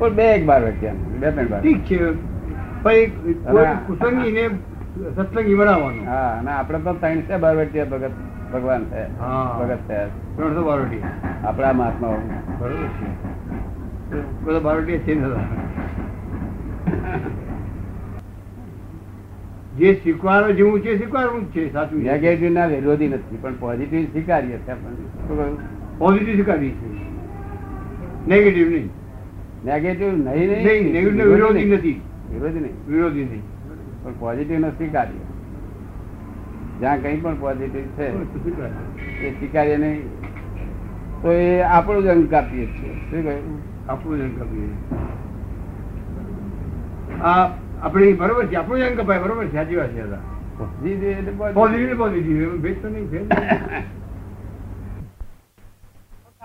પણ બે એક બાર વચ્ચે બે ત્રણ બાર ઠીક છે પણ એક કોઈ હા. કુસંગીને સત્સંગી બનાવવાનો હા અને આપણે તો ત્રણસો બાર વચ્ચે ભગત ભગવાન છે હા. ભગત છે ત્રણસો બારોટી આપણા મહાત્માઓ બરોબર છે બધા બારોટી છે જ હતા જે શીખવાનું જેવું છે શીખવાનું જ છે સાચું છે. નેગેટિવ ના વિરોધી નથી પણ પોઝિટિવ સ્વીકારીએ છે આપણને શું કહ્યું પોઝિટિવ સ્વીકારી છે નેગેટિવ નહીં નેગેટિવ નહીં નહીં નેગેટિવ વિરોધી નથી વિરોધી નહીં વિરોધી નહીં પણ પોઝિટિવ ને સ્વીકારીએ જ્યાં કંઈ પણ પોઝિટિવ છે એ સ્વીકારીએ નહીં તો એ આપણું જ અંગ કાપીએ છીએ શું કહ્યું આપણું જ અંગ કાપીએ. આ આપણે બરોબર છે આપણું જ અંગ કપાય બરોબર છે સાચી વાત છે દાદા. Positive એટલે positive. Positive ને positive, એમાં ભેદ તો નહીં, ભેદ નહીં.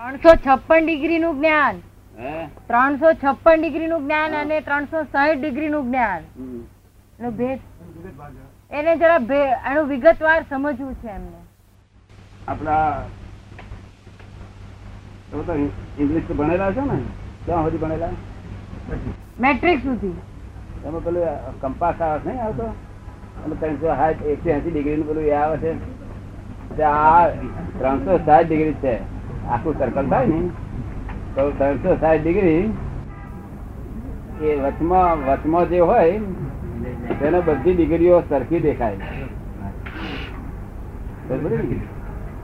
ત્રણસો છપ્પન ડિગ્રી નું જ્ઞાન હે? ત્રણસો છપ્પન ડિગ્રી નું જ્ઞાન અને ત્રણસો સાહીઠ ડિગ્રી નું જ્ઞાન હમ. એનો ભેદ એને જરા ભે- એનું વિગતવાર સમજવું છે એમને આપણા તમે તો ઇંગ્લિશ તો ભણેલા છો ને ક્યાં સુધી ભણેલા મેટ્રિક સુધી તમે પેલું કંપાસ આવે છે નહીં આવતો અને ત્રણસો સાઠ એકસો એસી ડિગ્રીનું પેલું એ આવે છે તે આ ત્રણસો સાઠ ડિગ્રી છે આખું સર્કલ થાય ને તો ત્રણસો સાઠ ડિગ્રી એ વચમાં વચમાં જે હોય તેને બધી ડિગ્રીઓ સરખી દેખાય બરોબર ને?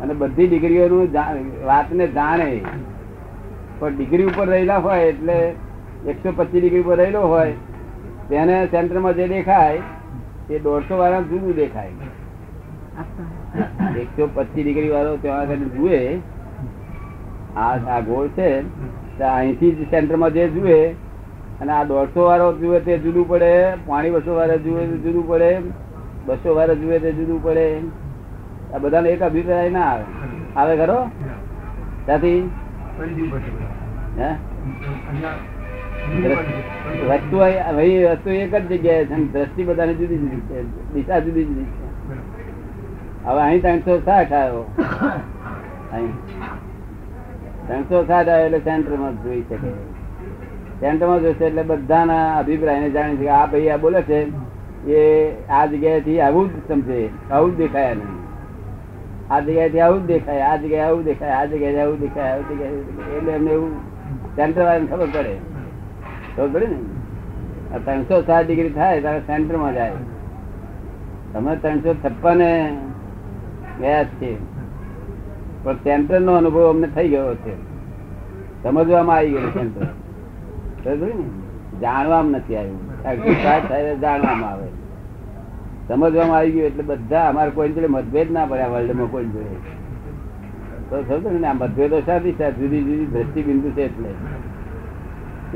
અને બધી ડિગ્રીઓનું જા- વાતને જાણે પણ ડિગ્રી ઉપર રહેલા હોય એટલે એકસો પચીસ ડિગ્રી ઉપર રહેલો હોય તેને સેન્ટરમાં જે દેખાય એ દોઢસો વાળા જુદું દેખાય એકસો પચીસ ડિગ્રી વાળો ત્યાં આગળ જુએ આ આ ગોળ છે તો અહીંથી જ સેન્ટરમાં જે જુએ અને આ દોઢસો વાળો જુએ તે જુદું પડે પાણી બસો વાળા જુએ તે જુદું પડે બસો વાળા જુએ તે જુદું પડે આ બધાને એક અભિપ્રાય ના આવે આવે ખરો ત્યાંથી ફરીથી ઉભા થયા. હે અહીંયા વસ્તુ એ- વહી વસ્તુ એક જ જગ્યાએ છે અને દ્રષ્ટિ બધાની જુદી જુદી છે દિશા જુદી જુદી છે હવે અહીં ત્રણસો સાઠ આવ્યો અહીં ત્રણસો સાઠ આવ્યો એટલે સેન્ટરમાં જ જોઈ શકે સેન્ટરમાં જોશે એટલે બધાના અભિપ્રાયને જાણી શકે આ ભાઈ આ બોલે છે એ આ જગ્યાએથી આવું જ સમજે આવું જ દેખાય એને. આ જગ્યાએથી આવું જ દેખાય આ જગ્યાએ આવું દેખાય આ જગ્યાએ આવું દેખાય આ જગ્યાએ આવું દેખાય. એટલે એમને એવું સેન્ટર વાળાને ખબર પડે ખબર પડે ને આ ત્રણસો સાત ડિગ્રી થાય ત્યારે સેન્ટરમાં જાય તમે ત્રણસો છપ્પન ગયા જ છે પણ સેન્ટર નો અનુભવ અમને થઈ ગયો છે સમજવામાં આવી ગયું સેન્ટર સમજ્યું ને જાણવામાં નથી આવ્યું કારણ કે સાત થાય ત્યારે જાણવામાં આવે સમજવામાં આવી ગયું એટલે બધા અમારે કોઈ જોડે મતભેદ ના પડ્યા વર્લ્ડમાં કોઈ જોડે તો સમજો ને આ મતભેદો સાથી છે જુદી જુદી દ્રષ્ટિબિંદુ છે એટલે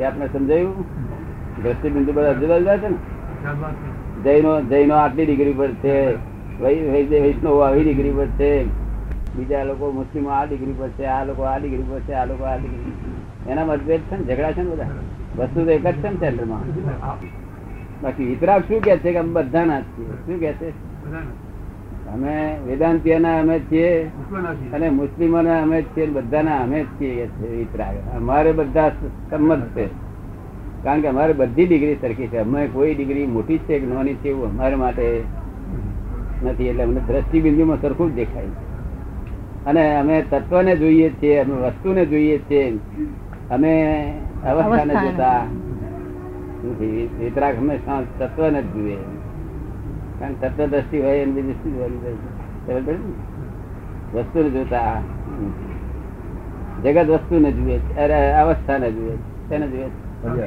એ આપણે સમજાયું દ્રષ્ટિબિંદુ બધા જુદા જુદા છે ને જૈનો જૈનો આટલી ડિગ્રી પર છે વૈ- વૈ- વૈષ્ણવ આવી ડિગ્રી પર છે બીજા લોકો મુસ્લિમો આ ડિગ્રી પર છે આ લોકો આ ડિગ્રી પર છે આ લોકો આ ડિગ્રી પર છે. એના મતભેદ છે ને ઝઘડા છે ને બધા વસ્તુ તો એક જ છે ને સેન્ટરમાં બાકી વિતરાગ શું કે છે કે અમે બધાના જ છીએ શું કે છે અમે વેદાંતિના અમે જ છીએ અને મુસ્લિમોના અમે જ છીએ અને બધાના અમે જ છીએ કે છે વિતરાગ અમારે બધા સંમત છે કારણ કે અમારે બધી ડિગ્રી સરખી છે અમે કોઈ ડિગ્રી મોટી છે કે નાની છે એવું અમારા માટે નથી એટલે અમને દ્રષ્ટિબિંદુમાં સરખું જ દેખાય છે. અને અમે તત્વને જોઈએ છીએ અમે વસ્તુને જોઈએ છીએ અમે અવસ્થાને અવસ્થાને. જોતા નથી વિતરાગ હંમેશા તત્વને જ જોઈએ કારણ કે તત્વ દ્રષ્ટિ હોય એની બીજી શું જોવાની હોય? ખબર પડી ને? વસ્તુને જોતા નથી. જગત વસ્તુને જુએ છે અરે અવસ્થાને જુએ છે તેને જુએ છે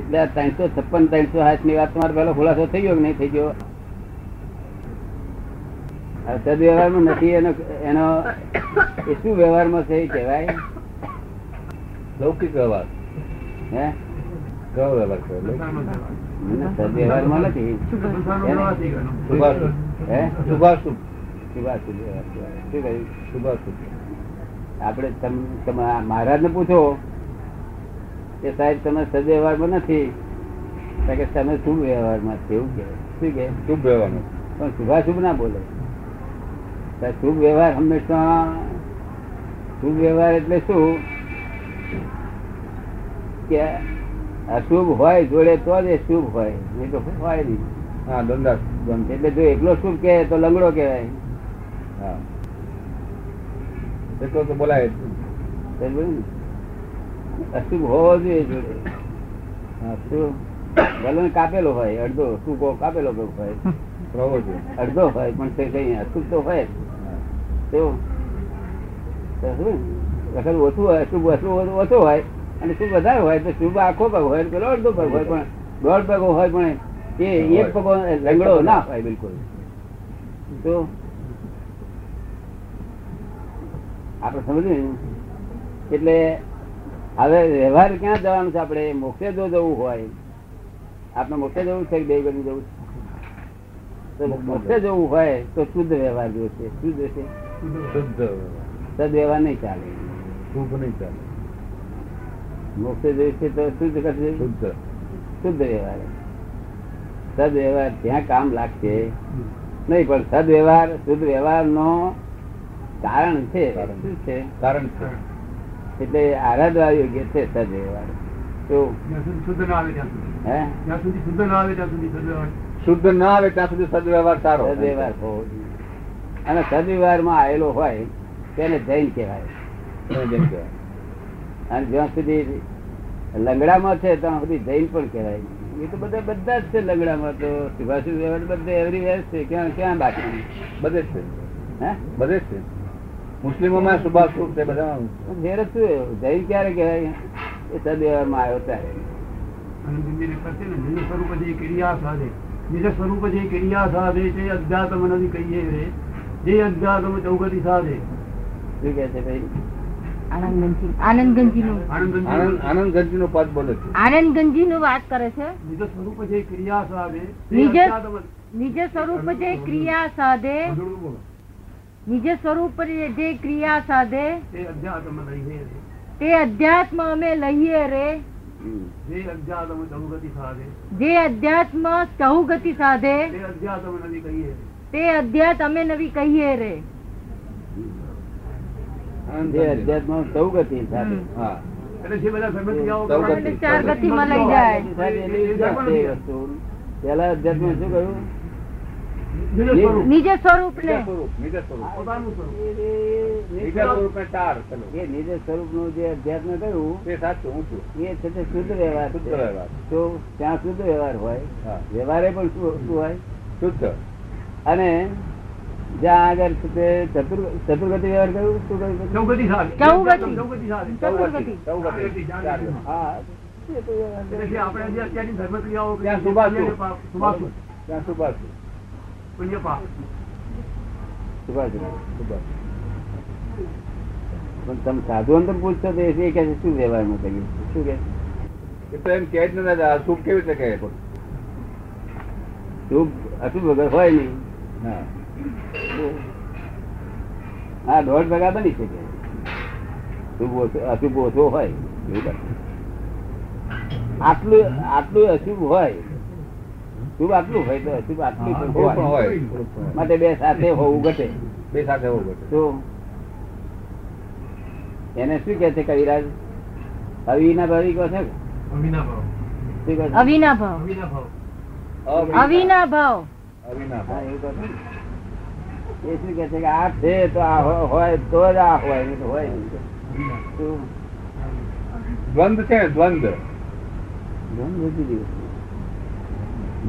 એટલે આ ત્રણસો છપ્પન ત્રણસો હાથ ની વાત તમારે પેલો ખુલાસો થઈ ગયો કે નહીં થઈ ગયો આ સદવ્યવહારમાં નથી એનો એનો એ શું વ્યવહારમાં છે એ કહેવાય લૌકિક વ્યવહાર હે કયો વ્યવહાર કયો લૌકિક? ના, સદવ્યવહારમાં નથી શુભાશુભ હે શુભાશુભ શું વાત છે? શું કહ્યું શુભાશુભ આપણે તમ તમે આ મહારાજને પૂછો કે સાહેબ તમે સદવ્યવહારમાં નથી તો કે તમે શું વ્યવહારમાં છે એવું કહે શું કહે શુભ રહેવાનું પણ શુભાશુભ ના બોલે તો શુભ વ્યવહાર હંમેશા શુભ વ્યવહાર એટલે શું કે અશુભ હોય જોડે તો જ એ શુભ હોય નહીં તો હોય નહીં હા દંડા દંડ એટલે જો એકલો શુભ કે તો લંગડો કહેવાય હા એટલો તો બોલાય જ. સમજ પડી ને? અશુભ હોવો જોઈએ જોડે હા શું ભલે કાપેલો હોય અડધો શું કહો કાપેલો કોક હોય પ્રવૃત્તિ અડધો હોય પણ તે કઈ અશુભ તો હોય જ. હા. તો તો શું? વખત ઓછું હોય શુભ ઓછું ઓછો હોય અને શુભ વધારે હોય તો શુભ આખો પગ હોય પેલો અડધો પગ હોય પણ દોઢ પગો હોય પણ એ એક પગો લંગડો ના હોય બિલકુલ તો આપણે સમજ્યું ને? એટલે હવે વ્યવહાર ક્યાં જવાનું છે આપણે મોક્ષે જો જવું હોય આપણે મોક્ષે જવું છે કે દેવ જવું છે તો મોક્ષે જવું હોય તો શુદ્ધ વ્યવહાર જોશે શુદ્ધ છે શુદ્ધ વ્યવહાર. સદ વ્યવહાર નહીં ચાલે શુભ નહીં ચાલે મોક્ષે જવું છે તો શુદ્ધ કરશે શુદ્ધ શુદ્ધ વ્યવહાર સદ વ્યવહાર ત્યાં કામ લાગશે નહીં પણ સદ વ્યવહાર શુદ્ધ વ્યવહાર નો કારણ છે કારણ. શું છે કારણ છે એટલે આરાધવા યોગ્ય છે સદ વ્યવહાર તો જ્યાં સુધી શુદ્ધ ના આવે ત્યાં સુધી હે જ્યાં સુધી શુદ્ધ ના આવે ત્યાં સુધી શુદ્ધ હોય. શુદ્ધ ના આવે ત્યાં સુધી સદવ્યવહાર સારો સદ વ્યવહાર હોવો જોઈએ. અને સદ વ્યવહારમાં આવેલો હોય તેને જૈન કહેવાય એને જેમ કહેવાય. અને જ્યાં સુધી લંગડામાં છે ત્યાં સુધી જૈન પણ કહેવાય નહીં. એ તો બધા બધા જ છે લંગડામાં તો સુભાષુ વ્યવહાર બધે everywhere છે ક્યાં ક્યાં બાકી નહીં. બધે જ છે હે બધે જ છે મુસ્લિમોમાં સુભાષ શુભ છે બધામાં પણ ફેર જ શું એવું? જૈન ક્યારે કહેવાય એ સદવ્યવહારમાં આવ્યો ત્યારે અને બિંદુને પ્રત્યે ને નિજ સ્વરૂપ જે ક્રિયા સાધે નિજ સ્વરૂપ જે ક્રિયા સાધે તે અધ્યાત્મ નથી કહીએ રે જે અધ્યાત્મ ચૌગતિ સાધે શું કહે છે ભાઈ આનંદગંજી આનંદગંજીનું આનંદ આનંદ આનંદ ગંજીનો પદ બોલે છે આનંદગંજીનું વાત કરે છે નિજ સ્વરૂપ જે ક્રિયા સાધે તે નિજ- અધ્યાત્મ નિજ સ્વરૂપ જે ક્રિયા સાધે બધું બોલો. નિજ સ્વરૂપ જે ક્રિયા સાધે તે અધ્યાત્મ કહીએ રે તે અધ્યાત્મ અમે લઈએ રે હમ. જે અધ્યાત્મ ચૌગતિ સાધે જે અધ્યાત્મ ચહુગતિ સાધે તે અધ્યાત્મ નથી કહીએ રે તે અધ્યાત્મ અમે નવી કહીએ રે આનંદ જે ગંજી. અધ્યાત્મ સૌ ગતિ સાથે હમ. હા એટલે જે બધા સમજ ચૌગતિ. આપણને ચાર ગતિમાં લઈ જાય સાથે એની વિગત છે એ વસ્તુ પહેલા અધ્યાત્મ શું કહ્યું નિજ સ્વરૂપ નિજ સ્વરૂપ ને બીજા સ્વરૂપ બીજા સ્વરૂપ પોતાનું સ્વરૂપ એ- એ- એ- બીજા સ્વરૂપને ટાળ પેલું. એ નિજ સ્વરૂપ નું જે અધ્યાત્મ કહ્યું તે સાચું હું છું એ છે તે શુદ્ધ વ્યવહાર શુદ્ધ છે. વ્યવહાર તો ત્યાં શુદ્ધ વ્યવહાર હોય હા વ્યવહારે પણ શું શું હોય શુદ્ધ અને જ્યાં આગળ છે તે ચતુર ચતુર્ગતિ વ્યવહાર કયું શું કહ્યું પછી? ચૌગતિ સાધે ચૌગતિ. ચૌગતિ સાધે ચતુર્ગતિ. ચૌગતિ. ચાર ગતિ. હા એ તો વ્યવહાર એટલે જે છે. આપણે જે અત્યારની ધર્મક્રિયાઓ ત્યાં કરીએ સુભાષ છીએ, પાપ, સુભાષ છું. ત્યાં સુભાષ છું. પુણ્ય પાપ. સુભાષ ચંદ્ર. સુભાષ. પણ તમે સાધુઓને તમે પૂછશો તો એ કહે છે શું વ્યવહારમાં કરીએ છીએ? શું કહે છે? એ તો એમ કહે જ નથી, આ શુભ કેવી રીતે કહે પણ? શુભ અશુભ વગર હોય નહીં હા આ દોઢ ભેગા બની શકે શુભ ઓછો- અશુભ ઓછો હોય એવું બને. આટલું આટલું અશુભ હોય શુભ આટલું હોય તો અશુભ આટલું હા, પણ શુભ પણ હોય હોય. શુભ પણ હોય. માટે બે સાથે હોવું ઘટે બે સાથે હોવું પડે. તો એને શું કે છે કવિરાજ અવિના ભાવી કહો છે અવિનાભાવ. શું કહે છે? અવિના ભાવ અવિનાભાવ. અવિના- અવિના ભાવ હા, અવિનાભાઈ. એવું કહો છો ને? એ શું કે છે કે આ છે તો આ હો- હોય તો જ આ હોય નહીં તો હોય નહીં. અવિનાભાવ. શું? દ્વંદ છે ને, દ્વંદ ધ્વન વધી ગયું.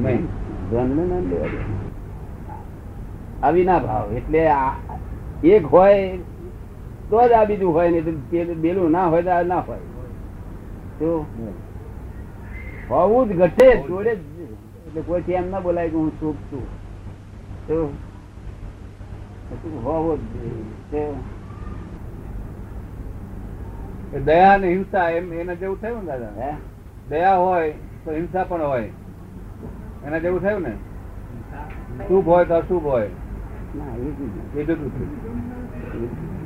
નહીં ધ્વનને ના લેવા દે. અવિના ભાવ એટલે આ એક હોય તો જ આ બીજું હોય ને બેલું ના હોય તો આ ના હોય તો હોવું જ ઘટે જોડે જ. એટલે કોઈથી એમ ના બોલાય કે હું ચૂપ છું તો પછી હોવો જ જોઈએ. એ દયા અને હિંસા એમ એના જેવું થયું ને તો, હે? દાદા દયા હોય તો હિંસા પણ હોય એના જેવું થયું ને શુભ હોય તો અશુભ હોય ના એવું જ નહીં. એ જુદું થયું.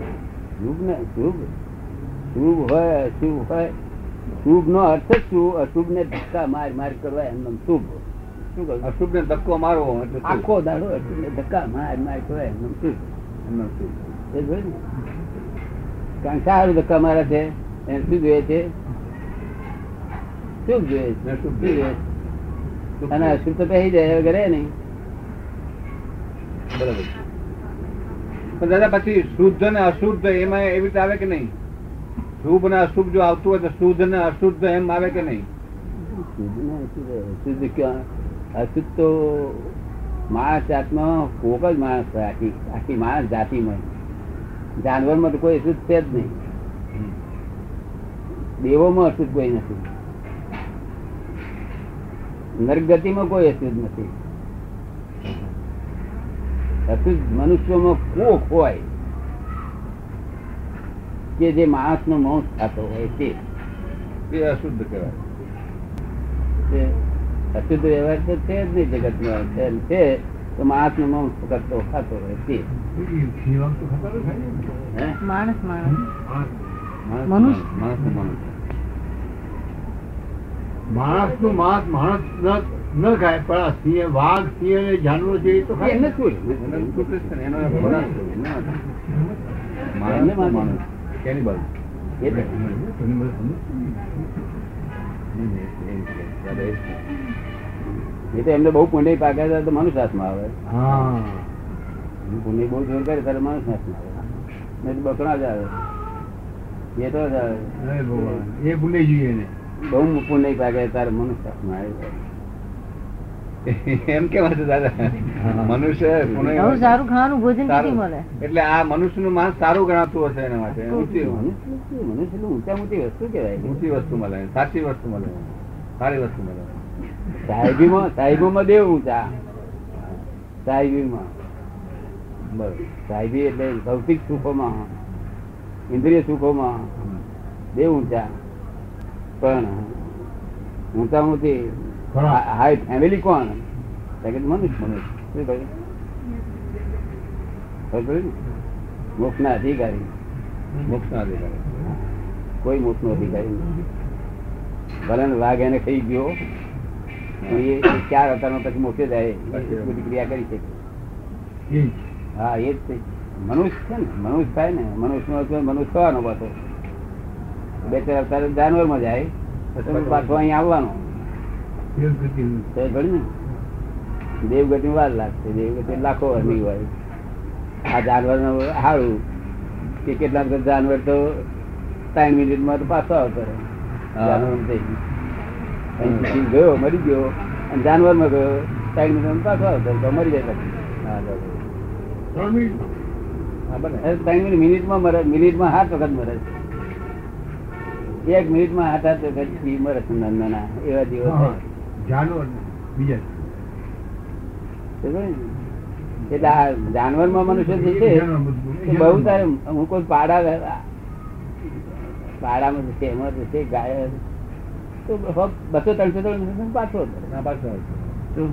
શુભ ને શુભ શુભ હોય અશુભ હોય શુભ નો અર્થ જ શું અશુભ ને ધક્કા માર માર કરવા એમ નામ શુભ શું કહું અશુભ ને ધક્કો મારવો એટલે શુભ. આખો દાડો અશુભ ને ધક્કા માર માર કરવા એમ નામ શુભ એમનો શુભ. એ જોયું ને? કારણ કે સારું ધક્કા મારે છે એને શું જોઈએ છે સુખ જોઈએ છે ને સુખ શું જોઈએ. જોઈએ છે? અને અશુભ તો પહેરી જાય વગેરે નહીં બરાબર છે. પણ દાદા પછી શુદ્ધ અને અશુદ્ધ એમાં એવી રીતે આવે કે નહીં શુભ અને અશુભ જો આવતું હોય તો શુદ્ધ અને અશુદ્ધ એમ આવે કે નહીં શુદ્ધ ને અશુદ્ધ. શુદ્ધ ક્યાં? અશુદ્ધ તો માણસ જાતમાં કોક જ માણસ હોય આખી આખી માણસ જાતિમાં જાનવરમાં તો કોઈ અશુદ્ધ છે જ નહીં દેવોમાં અશુદ્ધ કોઈ નથી નરગતિમાં કોઈ અશુદ્ધ નથી અશુદ્ધ મનુષ્યોમાં કોક હોય કે જે માણસનો માંસ ખાતો હોય તે એ અશુદ્ધ કહેવાય તે અશુદ્ધ વ્યવહાર તો છે જ નહીં જગતમાં છે ને છે તો માણસનો માંસ કરતો ખાતો હોય તે જીવામ તો ખતરો થાય ને. હે? માણસ માણસ હા. માણસ મનુષ્ય. માણસ માણસ માણસનું માંસ માણસ ન ન ખાય પણ આ સિંહ વાઘ સિંહ અને જાનવર છે એ તો ખાય એમને શું? એનો શુદ્ધ છે ને, એનો ખોરાક છે, એનો એને માણસ માણસ. માણસ કેની બાજુ એ તો દાદા એ જ છે. એ તો એમને બહુ પુણ્ય પાક્યા હતા તો મનુષ્ય હાથમાં આવે હા પુણ્ય બહુ જોર કરે ત્યારે માણસ હાથમાં આવે નહીં તો બકરા જ આવે એ તો જ આવે અરે ભગવાન એ ભૂલી જઈએ ને બહુ પુણ્ય પાકે તારે મનુષ્ય હાથમાં આવી જાય એમ કેવા છે દાદા મનુષ્ય કોને- આવું સારું ખાવાનું ભોજન સારું. ક્યાંથી મળે એટલે આ મનુષ્ય નું માસ સારું ગણાતું હશે એના માટે ઊંચી મનુષ્ય શું? મનુષ્ય એટલે ઊંચા મોટી વસ્તુ કહેવાય ઊંચી વસ્તુ મળે સાચી વસ્તુ મળે સારી વસ્તુ મળે સાહેબીમાં સાહેબોમાં દેવ ઊંચા સાહેબીમાં બરોબર સાહેબી એટલે ભૌતિક સુખોમાં ઇન્દ્રિય સુખોમાં દેવ ઊંચા પણ ઊંચા મોટી ખરા. હાઈ ફેમિલી કોણ તો કે મનુષ્ય મનુષ્ય શું કહ્યું? ખબર પડી ને? મોક્ષના અધિકારી મોક્ષ ના દેખાય કોઈ મોટનો અધિકારી નથી ભલે વાઘ એને ખાઈ ગયો પણ એ એ ચાર અવતારમાં પછી મોટે જાય એ બધી ક્રિયા કરી શકે એ જ. હા એ જ તે મનુષ્ય છે ને મનુષ્ય થાય ને મનુષ્યનો અર્થ મનુષ્ય થવાનો પાછો બે ચાર અવતાર જાનવરમાં જાય પછી પાછો અહીં આવવાનો એ જ ગતિ. તો એ ઘડી ને દેવગતિ વાર લાગશે દેવગતિ લાખો વર્ષની હોય આ જાનવરનું હાળું કે કેટલાક તો જાનવર તો ત્રણ મિનિટમાં તો પાછો આવતો રહે હા. જાનવર થઈ ગયું. અહીંથી જીવ ગયો મરી ગયો અને જાનવરમાં ગયો ત્રણ મિનિટમાં પાછો આવતો રહે, તો મરી જાય પછી હા દાદા ત્રણ મિનિટમાં. હા બને અરે ત્રણ મિનિટ મિનિટમાં મરે મિનિટમાં હાથ વખત મરે છે એક મિનિટમાં હાથ હાથ વખત જીવ મરે છે નાના નાના એવા જીવો હા. થાય જાનવર ને બીજા સમજાય ને? એટલે આ જાનવરમાં મનુષ્ય જે છે એ બહુ તારે હું કોઈ પાડા વે- પાડામાં જશે એમાં જશે ગાય તો બ- બસો ત્રણસો ત્રણસો પાછો હતો ના પાછો આવશે. શું?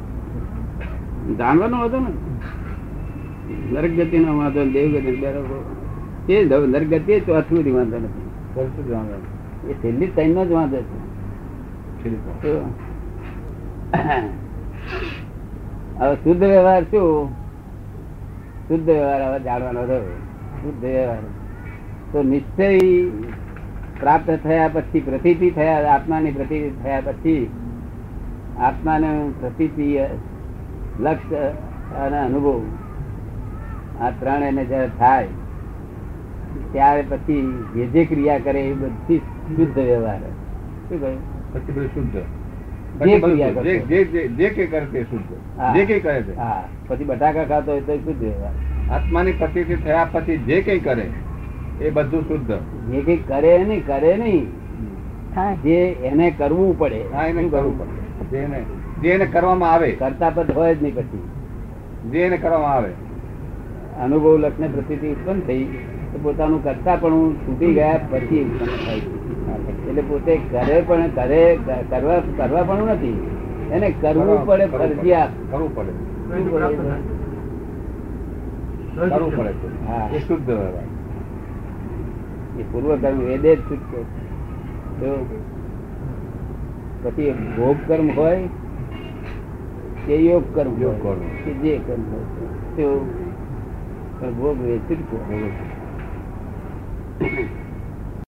જાનવરનો હતો ને નરક ગતિનો વાંધો ને દેવગતિ ને બેરો એ જ હવે નરક ગતિ એ ચોથું સુધી વાંધો નથી પરસુ જ વાંધો નહીં. એ છેલ્લી ત્રણનો જ વાંધો છે છેલ્લી વાર. તો હવે શુદ્ધ વ્યવહાર શું શુદ્ધ વ્યવહાર હવે જાણવાનો રહ્યો શુદ્ધ વ્યવહાર તો નિશ્ચય પ્રાપ્ત થયા પછી પ્રતીતિ થયા આત્માની પ્રતીતિ થયા પછી આત્માને પ્રતીતિ લક્ષ્ય અને અનુભવ આ ત્રણ એને જ્યારે થાય ત્યારે પછી જે જે ક્રિયા કરે એ બધી શુદ્ધ વ્યવહાર શું કહ્યું પછી બધું શુદ્ધ જે પછી બધું ક્રિયા શુદ્ધ. કરતો. જે જે જે- જે કે કરે તે શુદ્ધ હા. જે કંઈ કરે છે હા પછી બટાકા ખાતો હોય તો શુદ્ધ વ્યવહાર આત્માની પ્રતિથી થયા પછી જે કંઈ કરે એ બધું શુદ્ધ જે કઈ કરે નહીં કરે નહીં થાય જે એને કરવું પડે હા એને કરવું પડે જે એને- જે એને કરવામાં આવે કરતા પદ હોય જ નહીં પછી જે એને કરવામાં આવે અનુભવ લક્ષને પ્રતિ ઉત્પન્ન થઈ તો પોતાનું કરતા પણ હું છૂટી ગયા પછી ઉત્પન્ન થાય છે. એટલે પોતે કરે પણ કરે કરવા કરવા પણ નથી એને કરવું પડે ફરજિયાત કરવું પડે શું કરે? કરવું પડે હા. છે. એ શુદ્ધ વ્યવહાર. એ પૂર્વ કર્મ વેદે જ છૂટકે તો પછી ભોગ કર્મ હોય કે યોગ કર્મ યોગ હોય કર્મ. કે જે કર્મ હોય તો પણ ભોગ એ છૂટકો બરોબર.